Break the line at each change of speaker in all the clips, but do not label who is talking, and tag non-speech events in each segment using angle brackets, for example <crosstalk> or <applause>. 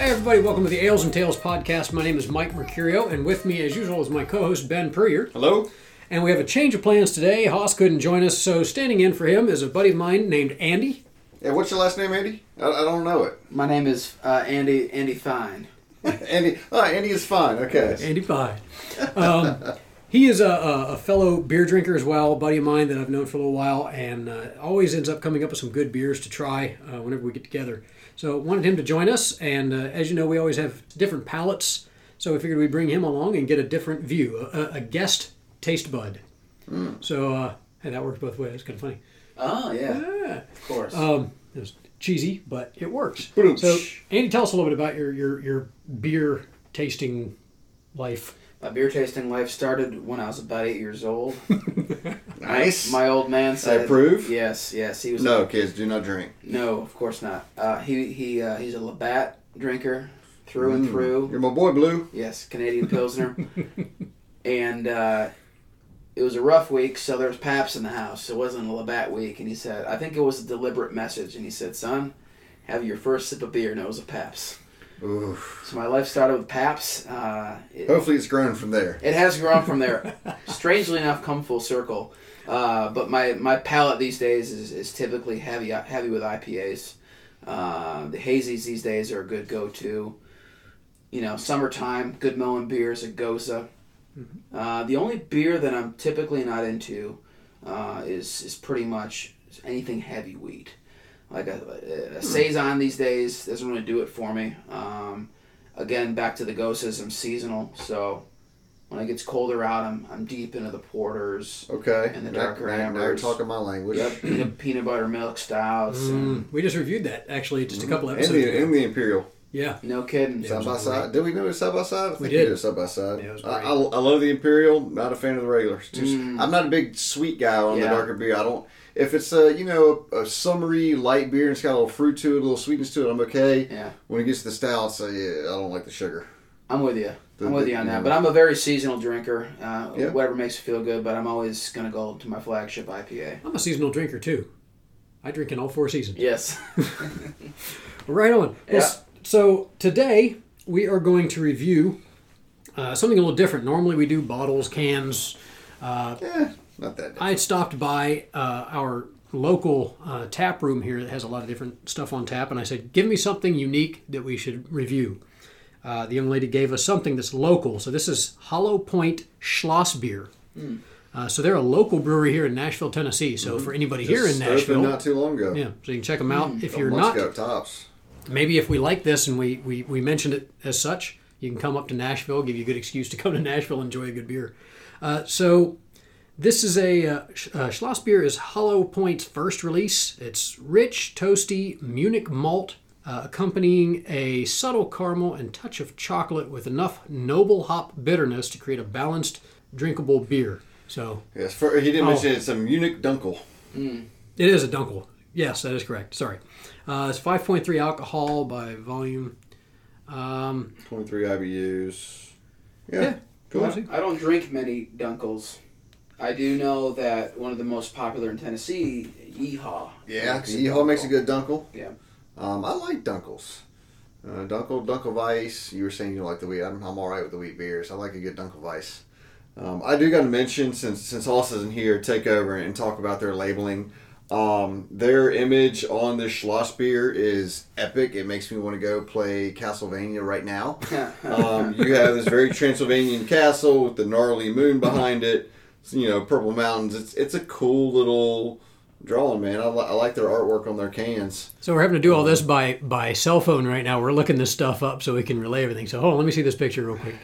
everybody. Welcome to the Ales and Tales podcast. My name is Mike Mercurio, and with me, as usual, is my co host Ben Purrier.
Hello?
And we have a change of plans today. Haas couldn't join us, so standing in for him is a buddy of mine named Andy.
Yeah, what's your last name, Andy? I, I don't know it.
My name is uh, Andy Andy Fine.
Andy. Oh, Andy is fine. Okay.
Andy Pye. Um, he is a, a, a fellow beer drinker as well, a buddy of mine that I've known for a little while, and uh, always ends up coming up with some good beers to try uh, whenever we get together. So wanted him to join us, and uh, as you know, we always have different palates, so we figured we'd bring him along and get a different view, a, a- a guest taste bud. So uh, hey, that worked both ways. It's kind of funny.
Oh yeah,
Yeah.
of course.
Um, it was cheesy, but it works.
Boom.
So, Andy, tell us a little bit about your your, your beer tasting life.
my beer tasting life started when I was about eight years <laughs> old.
Nice.
My old man said.
approve?
Yes, yes. He was
no, kids, do not drink.
No, of course not. Uh, he he uh, he's a Labatt drinker through and through.
You're my boy, Blue.
Yes, Canadian <laughs> Pilsner. and uh, it was a rough week, so there was Paps in the house. It wasn't a Labatt week. And he said, I think it was a deliberate message. And he said, Son, have your first sip of beer. And it was a Paps.
Oof.
So my life started with Paps. Uh, it,
Hopefully it's grown from there.
it has grown from there. Strangely enough, come full circle. Uh, but my, my palate these days is, is typically heavy heavy with IPAs. Uh, the hazies these days are a good go to. You know, summertime, good melon beers, a goza. Uh, the only beer that I'm typically not into uh, is is pretty much anything heavy wheat. Like a, a, a saison these days doesn't really do it for me. Um, again, back to the gozas, I'm seasonal, so when it gets colder out, I'm, I'm deep into the porters,
Okay.
And the
Now-
darker
now, now you're
ambers.
talking my language.
yep, peanut, peanut butter milk stouts. and-
We just reviewed that actually just a couple
Mm-hmm. And
episodes
the,
ago.
and the Imperial.
yeah,
No kidding.
Side by
Sounds
side. Did we do it side by side? I think
did.
We did side by side.
Yeah, it was
I,
great.
I, I love the Imperial. Not a fan of the regular. It's just- I'm not a big sweet guy on the
Yeah.
darker beer. I don't. If it's a you know a, summery light beer and it's got a little fruit to it, a little sweetness to it, I'm okay.
Yeah.
When it gets to the stouts, I, yeah, I don't like the sugar.
I'm with you.
The-
I'm with
the-
you on that. But I'm a very seasonal drinker. Uh,
Yeah.
Whatever makes you feel good, but I'm always going to go to my flagship IPA.
I'm a seasonal drinker too. I drink in all four seasons.
Yes.
Right on. Well,
Yeah.
s- so today we are going to review uh, something a little different. Normally we do bottles, cans.
Eh, not that.
I had stopped by uh, our local uh, tap room here that has a lot of different stuff on tap, and I said, "Give me something unique that we should review." Uh, the young lady gave us something that's local. So this is Hollow Point Schloss beer. Uh, so they're a local brewery here in Nashville, Tennessee. So for anybody here in
Just
Nashville,
opened not too long ago.
yeah, so you can check them out. If
A
you're not
month ago, tops.
maybe if we like this and we, we, we mentioned it as such, you can come up to Nashville, give you a good excuse to come to Nashville, enjoy a good beer. Uh, so this is a uh, Sch- uh, Schloss beer is Hollow Point's first release. It's rich, toasty Munich malt, uh, accompanying a subtle caramel and touch of chocolate with enough noble hop bitterness to create a balanced, drinkable beer. So
Yes, for, he
Oh.
didn't mention it's a Munich Dunkel.
it is a dunkel. Yes, that is correct. Sorry. Uh, it's 5.3 alcohol by volume. Um,
23 IBUs. Yeah.
Yeah.
Cool.
Honestly.
<laughs> I don't drink many Dunkels. I do know that one of the most popular in Tennessee, Yeehaw.
Yeah,
makes a
Yeehaw makes a
Dunkel.
good Dunkel.
Yeah.
Um, I like Dunkels. Uh, Dunkel, Dunkel Weiss. You were saying you like the wheat. I'm, I'm all right with the wheat beers. I like a good Dunkel Weiss. Um, I do got to mention since since Hoss isn't here, take over and talk about their labeling. Um, their image on this Schloss beer is epic. It makes me want to go play Castlevania right now. um, you have this very Transylvanian castle with the gnarly moon behind it. It's, you know, purple mountains. It's it's a cool little drawing, man. I, li- I like their artwork on their cans.
So we're having to do all this by by cell phone right now. We're looking this stuff up so we can relay everything. So hold on, let me see this picture real quick.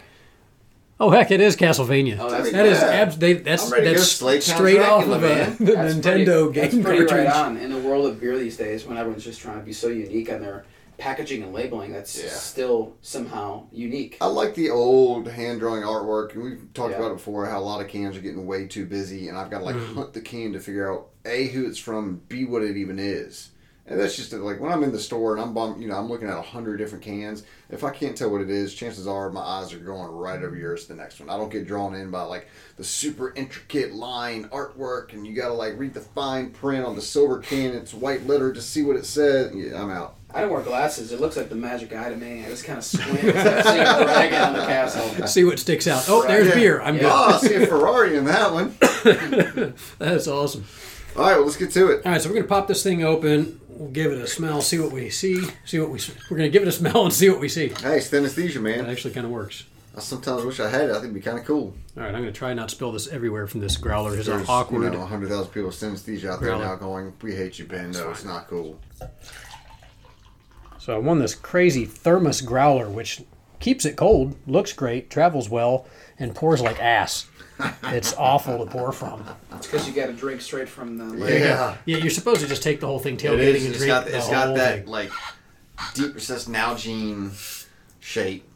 Oh heck, it is Castlevania.
Oh, that's-
that is
yeah.
abs- they, that's
I'm ready to go
that's
slay Count
straight off
Dracula,
of a,
man.
the
That's
Nintendo
pretty, that's
game
pretty
cartridge.
right on. In the world of beer these days, when everyone's just trying to be so unique on their packaging and labeling, that's
Yeah.
still somehow unique.
I like the old hand drawing artwork, and we've talked
Yeah.
about it before. How a lot of cans are getting way too busy, and I've got to like
Mm-hmm.
hunt the can to figure out a who it's from, b what it even is. And that's just like when I'm in the store and I'm bum, you know, I'm looking at a hundred different cans. If I can't tell what it is, chances are my eyes are going right over yours to the next one. I don't get drawn in by like the super intricate line artwork, and you got to like read the fine print on the silver can. It's white letter to see what it says. Yeah, I'm out.
I don't wear glasses. It looks like the magic eh? eye to me. I just kind of squint. <laughs> It's like seeing a dragon on the castle.
See what sticks out. Oh, there's
Yeah.
beer.
<laughs>
I'm
Yeah.
Oh, I see a Ferrari in that one.
good. That's awesome.
All right, well, let's get to it.
All right, so we're gonna pop this thing open. We'll give it a smell, see what we see, see what we. s- We're gonna give it a smell and see what we see.
Hey, it's anesthesia,
That
man.
actually kind of works.
I sometimes wish I had it. I think it'd be kind of cool.
All right, I'm gonna try not to spill this everywhere from this growler. It's an
There's,
awkward.
You know, 100,000 people with synesthesia out there
Really?
now going, we hate you, Ben. No, it's not cool.
So I won this crazy thermos growler, which keeps it cold, looks great, travels well, and pours like ass. It's awful to pour from.
It's because you got to drink straight from the.
Yeah.
Yeah, you're supposed to just take the whole thing
It
tailgating
is.
and
It's
drink
got,
the
it's
whole
got that,
thing.
like, deep recessed Nalgene shape.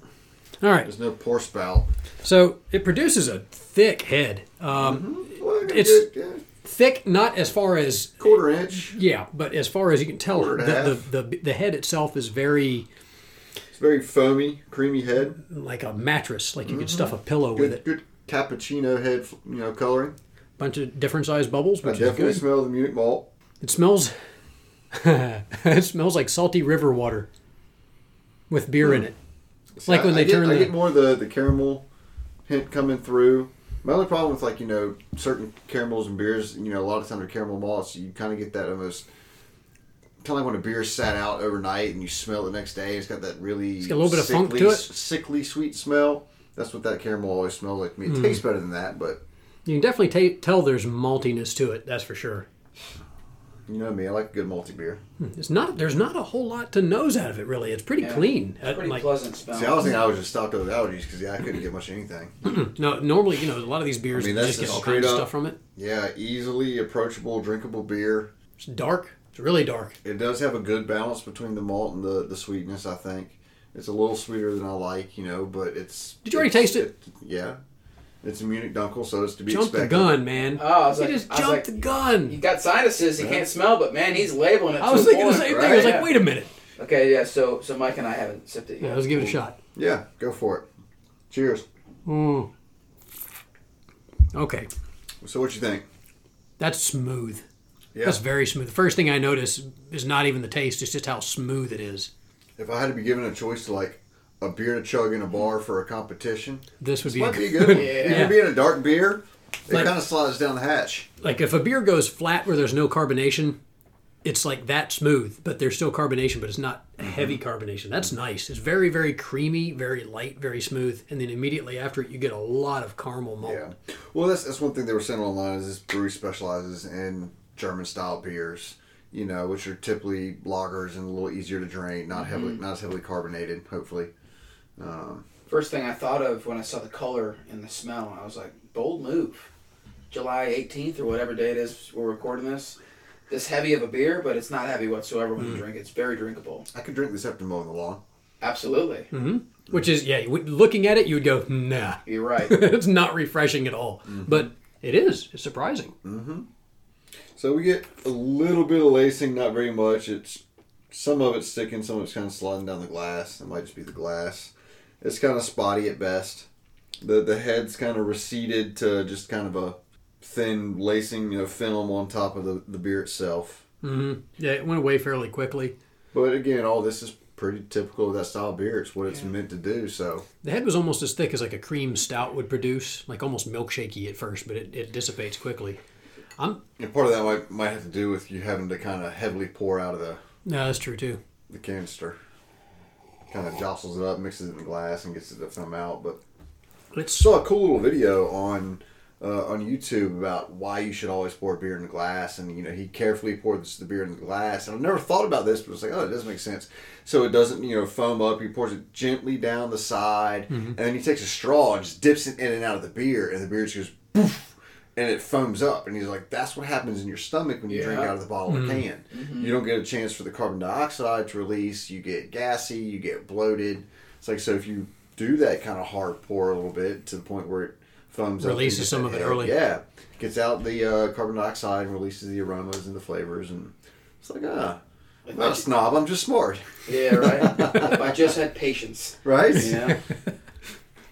All right,
There's no pour spout.
so it produces a thick head. Um,
Well, they're
It's-
good, yeah.
Thick, not as far as
quarter inch.
yeah, but as far as you can tell,
Quarter and a
the,
half.
the, the the head itself is very
It's very foamy, creamy head.
like a mattress, like you could stuff a pillow with
Mm-hmm. Good,
it.
good cappuccino head, f- you know, coloring.
Bunch of different sized bubbles,
I
which is
definitely
good.
smell the Munich malt.
It smells. <laughs> it smells like salty river water with beer
Hmm.
in it.
See,
Like
I-
when
I
they
get-
turn
I
the-
get more of the the caramel hint coming through. My only problem with like you know certain caramels and beers, you know, a lot of times they're caramel malts. You kind of get that almost kind of like when a beer sat out overnight and you smell it the next day. It's got that really
got a little bit of funk
sickly-
to it.
sickly sweet smell. That's what that caramel always smells like to
Hmm.
me. It tastes better than that, but
You can definitely ta tell there's maltiness to it. That's for sure.
you know me, I like a good multi beer.
It's not. There's not a whole lot to nose out of it. Really, it's pretty
Yeah.
clean. Uh,
Pretty
like,
pleasant smell.
See, I was thinking I was just stopped with allergies because yeah, I couldn't get much of anything.
no, normally you know a lot of these beers
I mean,
you
that's
just get
the
all kinds of
straight up-
stuff from it.
Yeah, easily approachable, drinkable beer.
It's dark. It's really dark.
It does have a good balance between the malt and the, the sweetness. I think it's a little sweeter than I like, you know. But it's.
Did you already
it's-
taste it?
Yeah, it's a Munich Dunkel, so it's to be
Jump the
expected.
gun, man.
Oh, I was
you
like-
just
I was
jumped
like-
the
You
gun.
got sinuses, you can't smell, but man, he's labeling it.
I
to
was
a
thinking the
point,
same
right?
thing. I was
Yeah.
like, wait a minute.
Okay, yeah. So, so Mike and I haven't sipped it yet.
Yeah, let's give it a shot.
Yeah, go for it. Cheers.
Mm. Okay,
So, what you think?
that's smooth.
Yeah.
That's very smooth. The first thing I notice is not even the taste; it's just how smooth it is.
If I had to be given a choice to like a beer to chug in a bar for a competition,
This would be,
might
a-
be a good. One.
Yeah.
If you're being a dark beer, it
Like-
kind of slides down the hatch.
like if a beer goes flat where there's no carbonation, it's like that smooth, but there's still carbonation, but it's not heavy
Mm-hmm.
carbonation. That's nice. It's very, very creamy, very light, very smooth, and then immediately after it, you get a lot of caramel malt.
Yeah. Well, that's that's one thing they were saying online is this brewery specializes in German style beers, you know, which are typically lagers and a little easier to drink, not heavily not as heavily carbonated, hopefully.
First thing I thought of when I saw the color and the smell, I was like, bold move. July 18th or whatever day it is we're recording this. This heavy of a beer, but it's not heavy whatsoever when
Hmm.
you drink it. It's very drinkable.
I could drink this after mowing the lawn.
Absolutely.
Hmm. Which is, yeah, you would- looking at it, you would go, nah, <laughs>
You're right.
it's not refreshing at all.
Mm-hmm.
But it is. It's surprising.
So we get a little bit of lacing, not very much. It's some of it's sticking, some of it's kind of sliding down the glass. It might just be the glass. It's kind of spotty at best. The the head's kind of receded to just kind of a thin lacing, you know, film on top of the, the beer itself.
Yeah, it went away fairly quickly.
But again, all this is pretty typical of that style of beer. It's what it's meant to do. So
The head was almost as thick as like a cream stout would produce, like almost milkshakey at first, but it, it dissipates quickly.
and part of that might might have to do with you having to kind of heavily pour out of the,
No, that's true too.
the canister. Kind of jostles it up, mixes it in the glass, and gets it to film out. But
It's
saw a cool little video on uh, on YouTube about why you should always pour beer in the glass, and you know he carefully poured this, the beer in the glass. And I've never thought about this, but it's like, oh, it does make sense. So it doesn't you know foam up. He pours it gently down the side, and then he takes a straw and just dips it in and out of the beer, and the beer just goes poof, and it foams up. And he's like, that's what happens in your stomach when you drink
Yeah.
out of the bottle
Mm-hmm.
or can. You don't get a chance for the carbon dioxide to release. You get gassy. You get bloated. It's like so if you do that kind of hard pour a little bit to the point where it foams up and
Releases
gets
some
that
of it
head.
early.
Yeah, gets out the uh, carbon dioxide and releases the aromas and the flavors, and it's like ah, I'm not a snob. I'm just smart, <laughs>
yeah, right. if I just had patience,
right?
you know?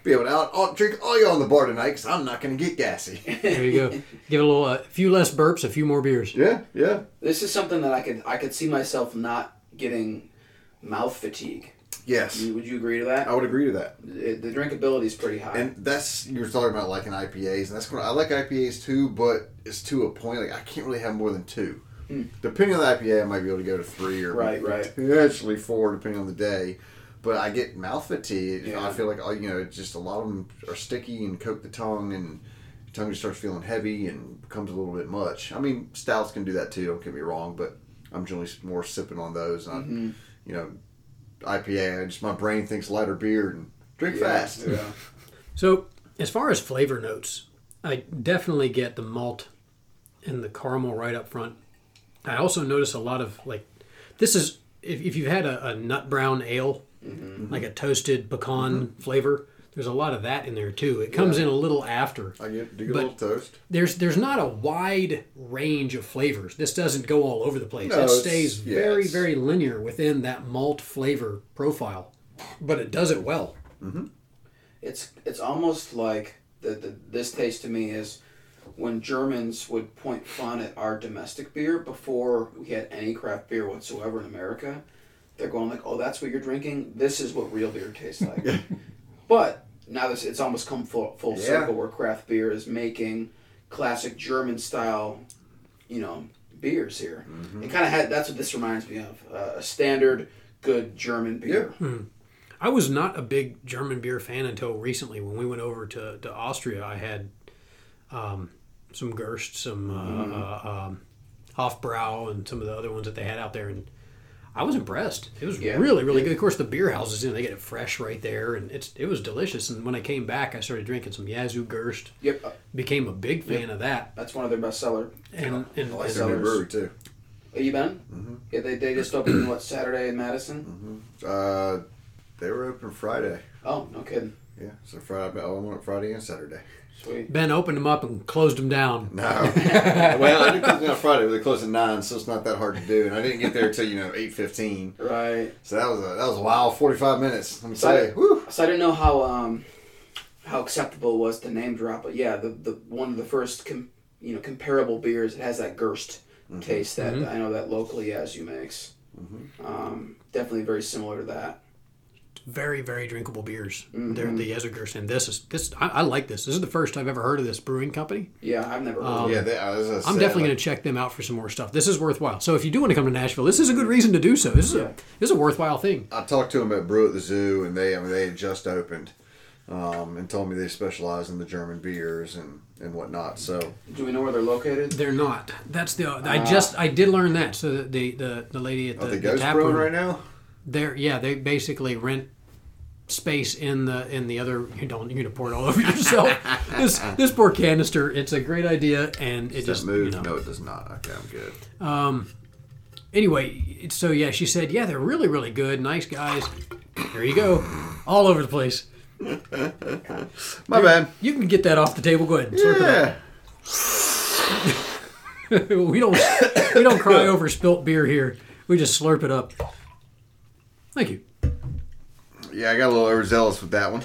Be able to out, out drink all y'all on the bar tonight because I'm not gonna
<laughs>
get gassy.
there you go. Give it a little, a few less burps, a few more beers.
yeah, yeah.
This is something that I could I could see myself not getting mouth fatigue.
Yes,
You- Would you agree to that?
I would agree to that.
It- the drinkability is pretty high.
Oh. And that's you were talking about like in IPAs, and that's what I like IPAs too, but it's to a point. Like I can't really have more than two. Depending on the IPA, I might be able to go to three or
Hmm.
<laughs>
Right, right.
potentially four, depending on the day. But I get mouth fatigue. and
Yeah.
I feel like oh, you know, just a lot of them are sticky and coat the tongue, and your tongue just starts feeling heavy and becomes a little bit much. I mean, stouts can do that too. Don't get me wrong, but I'm generally more sipping on those. And
Mm-hmm.
I, you know, IPA. I just my brain thinks lighter beer and drink
Yeah,
fast.
yeah.
So, as far as flavor notes, I definitely get the malt and the caramel right up front. I also notice a lot of like, this is if, if you've had a, a nut brown ale, like a toasted pecan flavor. There's a lot of that in there too. It comes in a little after.
I get do get
But-
a little toast.
There's there's not a wide range of flavors. This doesn't go all over the place.
No,
it
it's-
stays
yeah,
very
it's-
very linear within that malt flavor profile, but it does it well.
It's it's almost like the, the this taste to me is when Germans would point fun at our domestic beer before we had any craft beer whatsoever in America. They're going like, "Oh, that's what you're drinking. This is what real beer tastes like." but now this it's almost come full, full
Yeah.
circle where craft beer is making classic German style, you know, beers here. It kind of had that's what this reminds me of uh, a standard good German beer.
I was not a big German beer fan until recently. When we went over to, to Austria, I had um, some Gerst, some uh, uh, um, Hofbrau, and some of the other ones that they had out there, and I was impressed. It was
Yeah.
really, really good. Of course, the beer houses, you know, they get it fresh right there, and it's it was delicious. And when I came back, I started drinking some Yazoo Gerst.
Yep, uh,
Became a big fan of that,
that's one of their best seller.
and, and,
I like
and-
their new
Sellers.
brewery too.
Have you been? Mm-hmm. Yeah, they, they just opened what Saturday in Madison.
Uh, they were open Friday.
Oh, no kidding.
Yeah, so Friday. Oh, I went Friday and Saturday.
Sweet.
Ben opened them up and closed them down.
No, well, I didn't close it on Friday, but they closed at nine, so it's not that hard to do. And I didn't get there till you know eight fifteen.
Right.
So that was a that was a wild forty five minutes. Let me
So
tell
I,
you. Woo.
so I didn't know how um how acceptable it was to name drop, but yeah, the, the one of the first com, you know comparable beers. It has that Gerst taste that I know that locally Yazoo makes. Um, definitely very similar to that.
Very, very drinkable beers. They're the Yazoo Gerst, and this is this. I, I like this. This is the first I've ever heard of this brewing company.
Yeah, I've never. Heard of
yeah, they, uh, I was gonna
I'm
say,
definitely
like,
going to check them out for some more stuff. This is worthwhile. So if you do want to come to Nashville, this is a good reason to do so. This is
Yeah.
a this is a worthwhile thing.
I talked to them at Brew at the Zoo, and they I mean they had just opened, um, and told me they specialize in the German beers and and whatnot. So
it. Do we know where they're located?
They're not. That's the I just I did learn that. So that the the, the lady at the,
are they
the
Oh, ghost
tap
brewing
room,
right now?
they're yeah they basically rent space in the in the other. You don't you're gonna pour it all <laughs> over yourself. this this poor canister. It's a great idea, and it
Does
just
that move?
you know,
No, it does not. Okay, I'm good.
anyway, it's- so yeah, she said, yeah, they're really, really good, nice guys. There you go, all over the place.
My bad.
You can get that off the table. Go ahead. And slurp it
Yeah.
up. <laughs> we don't we don't cry over spilt beer here. We just slurp it up. Thank you.
Yeah, I got a little overzealous with that one.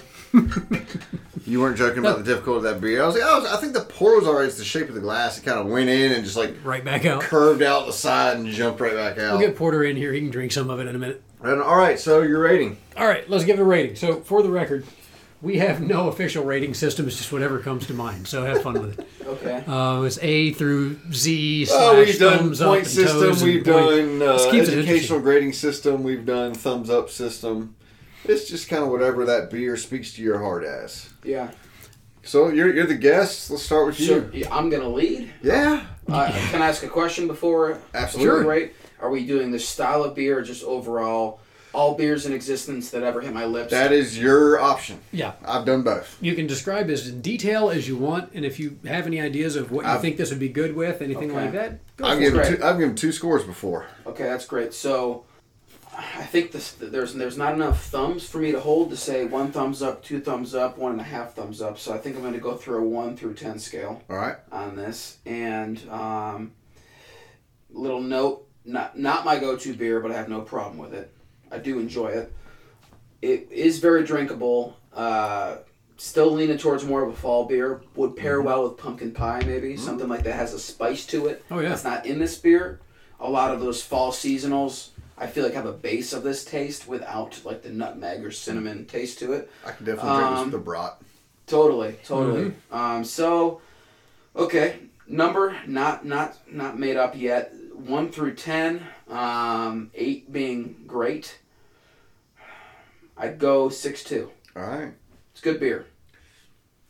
<laughs> you weren't joking about the difficulty of that beer. I was like, oh, I think the pour was alright. It's the shape of the glass. It kind of went in and just like
Right back out.
curved out the side and jumped right back out.
We'll get Porter in here. He can drink some of it in a minute.
And all right, so your rating.
All right, let's give it a rating. So for the record, we have no official rating system. It's just whatever comes to mind. So have fun with it.
Okay.
Uh, it's A through Z.
Oh,
slash
we've done
thumbs up
point
and toes
system.
and
We've
point.
done uh,
This keeps it interesting.
educational grading system. We've done thumbs up system. It's just kind of whatever that beer speaks to your heart as.
yeah.
So you're, you're the guest. Let's start with
So
you.
yeah, I'm gonna lead.
Yeah,
Uh, can I ask a question before?
Absolutely.
Right? Are we doing the style of beer or just overall all beers in existence that ever hit my lips?
that is your option.
Yeah.
I've done both.
you can describe as in detail as you want, and if you have any ideas of what you
I've-
think this would be good with, anything
Okay.
like that, go
I've
for it.
given
Right.
two, I've given two scores before.
okay, that's great. So, I think this, there's there's not enough thumbs for me to hold to say one thumbs up, two thumbs up, one and a half thumbs up. So I think I'm going to go through a one through ten scale
All right.
on this. And um, little note, not not my go-to beer, but I have no problem with it. I do enjoy it. It is very drinkable. Uh, still leaning towards more of a fall beer. Would pair
Mm-hmm.
well with pumpkin pie, maybe something like that has a spice to it.
Oh, yeah.
that's not in this beer. A lot of those fall seasonals. I feel like have a base of this taste without like the nutmeg or cinnamon taste to it.
I can definitely drink this
Um,
with the brat.
Totally, totally.
Mm-hmm.
Um, so, okay, number not not not made up yet. One through ten, um, eight being great. I'd go six two.
All right.
It's good beer.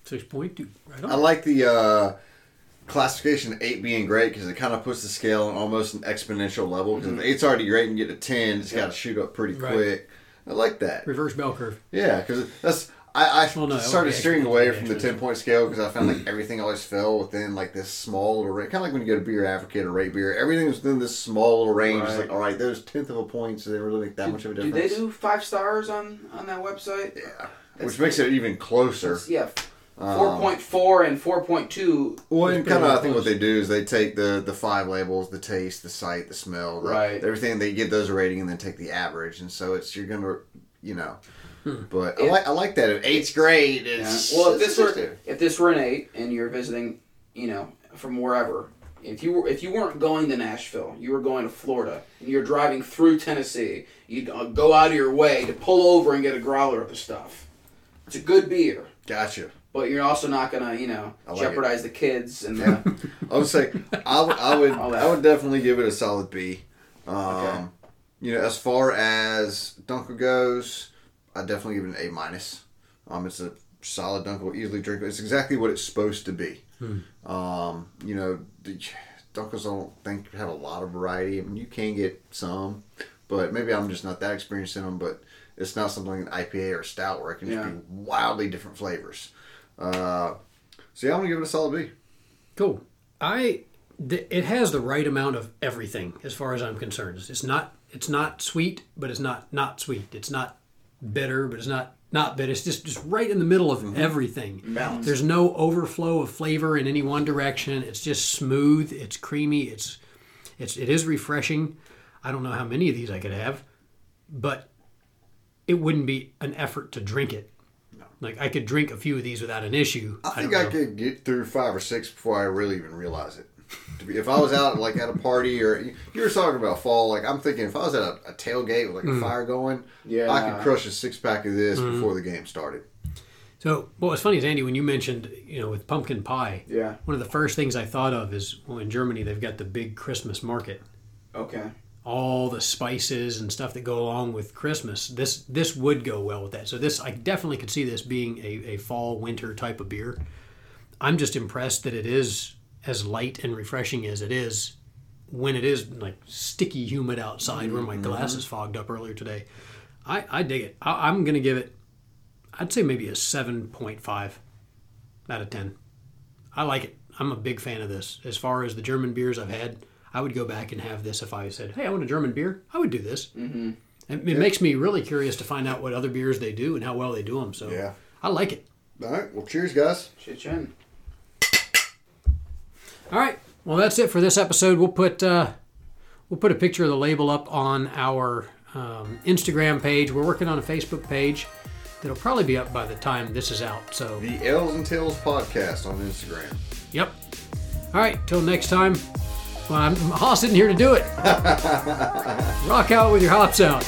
Six point two. Right
I
on.
like the uh, classification of eight being great because it kind of puts the scale on almost an exponential level. Because if eight's already great and you get to ten, it's got to shoot up pretty
Right.
quick. I like that.
Reverse bell curve.
Yeah, because that's I, I
Well, no,
started
okay,
steering
actually,
away
yeah,
from the
actually.
ten point scale because I found like everything always fell within like this small little range. Kind of like when you go to beer advocate or rate beer, everything was within this small little range. It's
Right.
like all right, those tenth of a point, so they really make that much of a
Do
difference.
they do five stars on on that website?
Yeah,
That's-
which makes it even closer.
Yeah,
Um,
four point four and four point two.
Well,
It's
and
pretty
kind of, I
well
think what
close.
they do is they take the the five labels, the taste, the sight, the smell, the,
Right.
everything. They give those a rating and then take the average, and so it's you're gonna, you know. But I
Hmm. Yeah.
like I like that. If eight's great,
Yeah.
it's
Well, if
it's
this were
just-
if this were an eight and you're visiting, you know, from wherever, if you were if you weren't going to Nashville, you were going to Florida, and you're driving through Tennessee, you'd uh, go out of your way to pull over and get a growler of the stuff. It's a good beer,
gotcha.
but you're also not gonna, you know,
I like it.
jeopardize the
<laughs>
kids and the,
I would say I would I would,
<laughs> All that.
I would definitely give it a solid B. Um,
Okay.
You know, as far as Dunkel goes, I definitely give it an A minus. Um, it's a solid Dunkel, easily drinkable. It's exactly what it's supposed to be. Um, you know, the, Dunkels I don't think have a lot of variety. I mean, you can get some, but maybe I'm just not that experienced in them. But it's not something like an IPA or stout where it can
Yeah.
just be wildly different flavors. Uh, so yeah, I'm gonna give it a solid B.
Cool. I. Th- it has the right amount of everything as far as I'm concerned. It's- It's not. It's not sweet, but it's not not sweet. It's not bitter, but it's not not bitter. It's just just right in the middle of
Mm-hmm.
everything.
Balanced.
There's no overflow of flavor in any one direction. It's just smooth. It's creamy. It's it's it is refreshing. I don't know how many of these I could have, but it wouldn't be an effort to drink it. Like I could drink a few of these without an issue.
I think
don't
I,
know.
could get through five or six before I really even realize it. To be- If I was out like at a party or you you were talking about fall, like I'm thinking if I was at a, a tailgate with like
Mm.
a fire going,
Yeah.
I could crush a six pack of this
Mm-hmm.
before the game started.
So, what was funny is Andy when you mentioned, you know, with pumpkin pie.
Yeah.
One of the first things I thought of is well, in Germany they've got the big Christmas market.
okay.
All the spices and stuff that go along with Christmas. This this would go well with that. So this I definitely could see this being a, a fall winter type of beer. I'm just impressed that it is as light and refreshing as it is when it is like sticky humid outside where my glasses fogged up earlier today. I, I dig it. I, I'm gonna give it I'd say maybe a seven point five out of ten. I like it. I'm a big fan of this. As far as the German beers I've had, I would go back and have this if I said, "Hey, I want a German beer." I would do this. Mm-hmm. It, it makes me really curious to find out what other beers they do and how well they do them. So
Yeah.
I like it.
All right, well, cheers, guys.
Shit, <laughs> chin.
All right. Well, that's it for this episode. We'll put uh, we'll put a picture of the label up on our um, Instagram page. We're working on a Facebook page that'll probably be up by the time this is out. So
The L's and Tails podcast on Instagram.
Yep. All right, till next time. Well, I'm Haas sitting here to do it. Rock out with your hops out.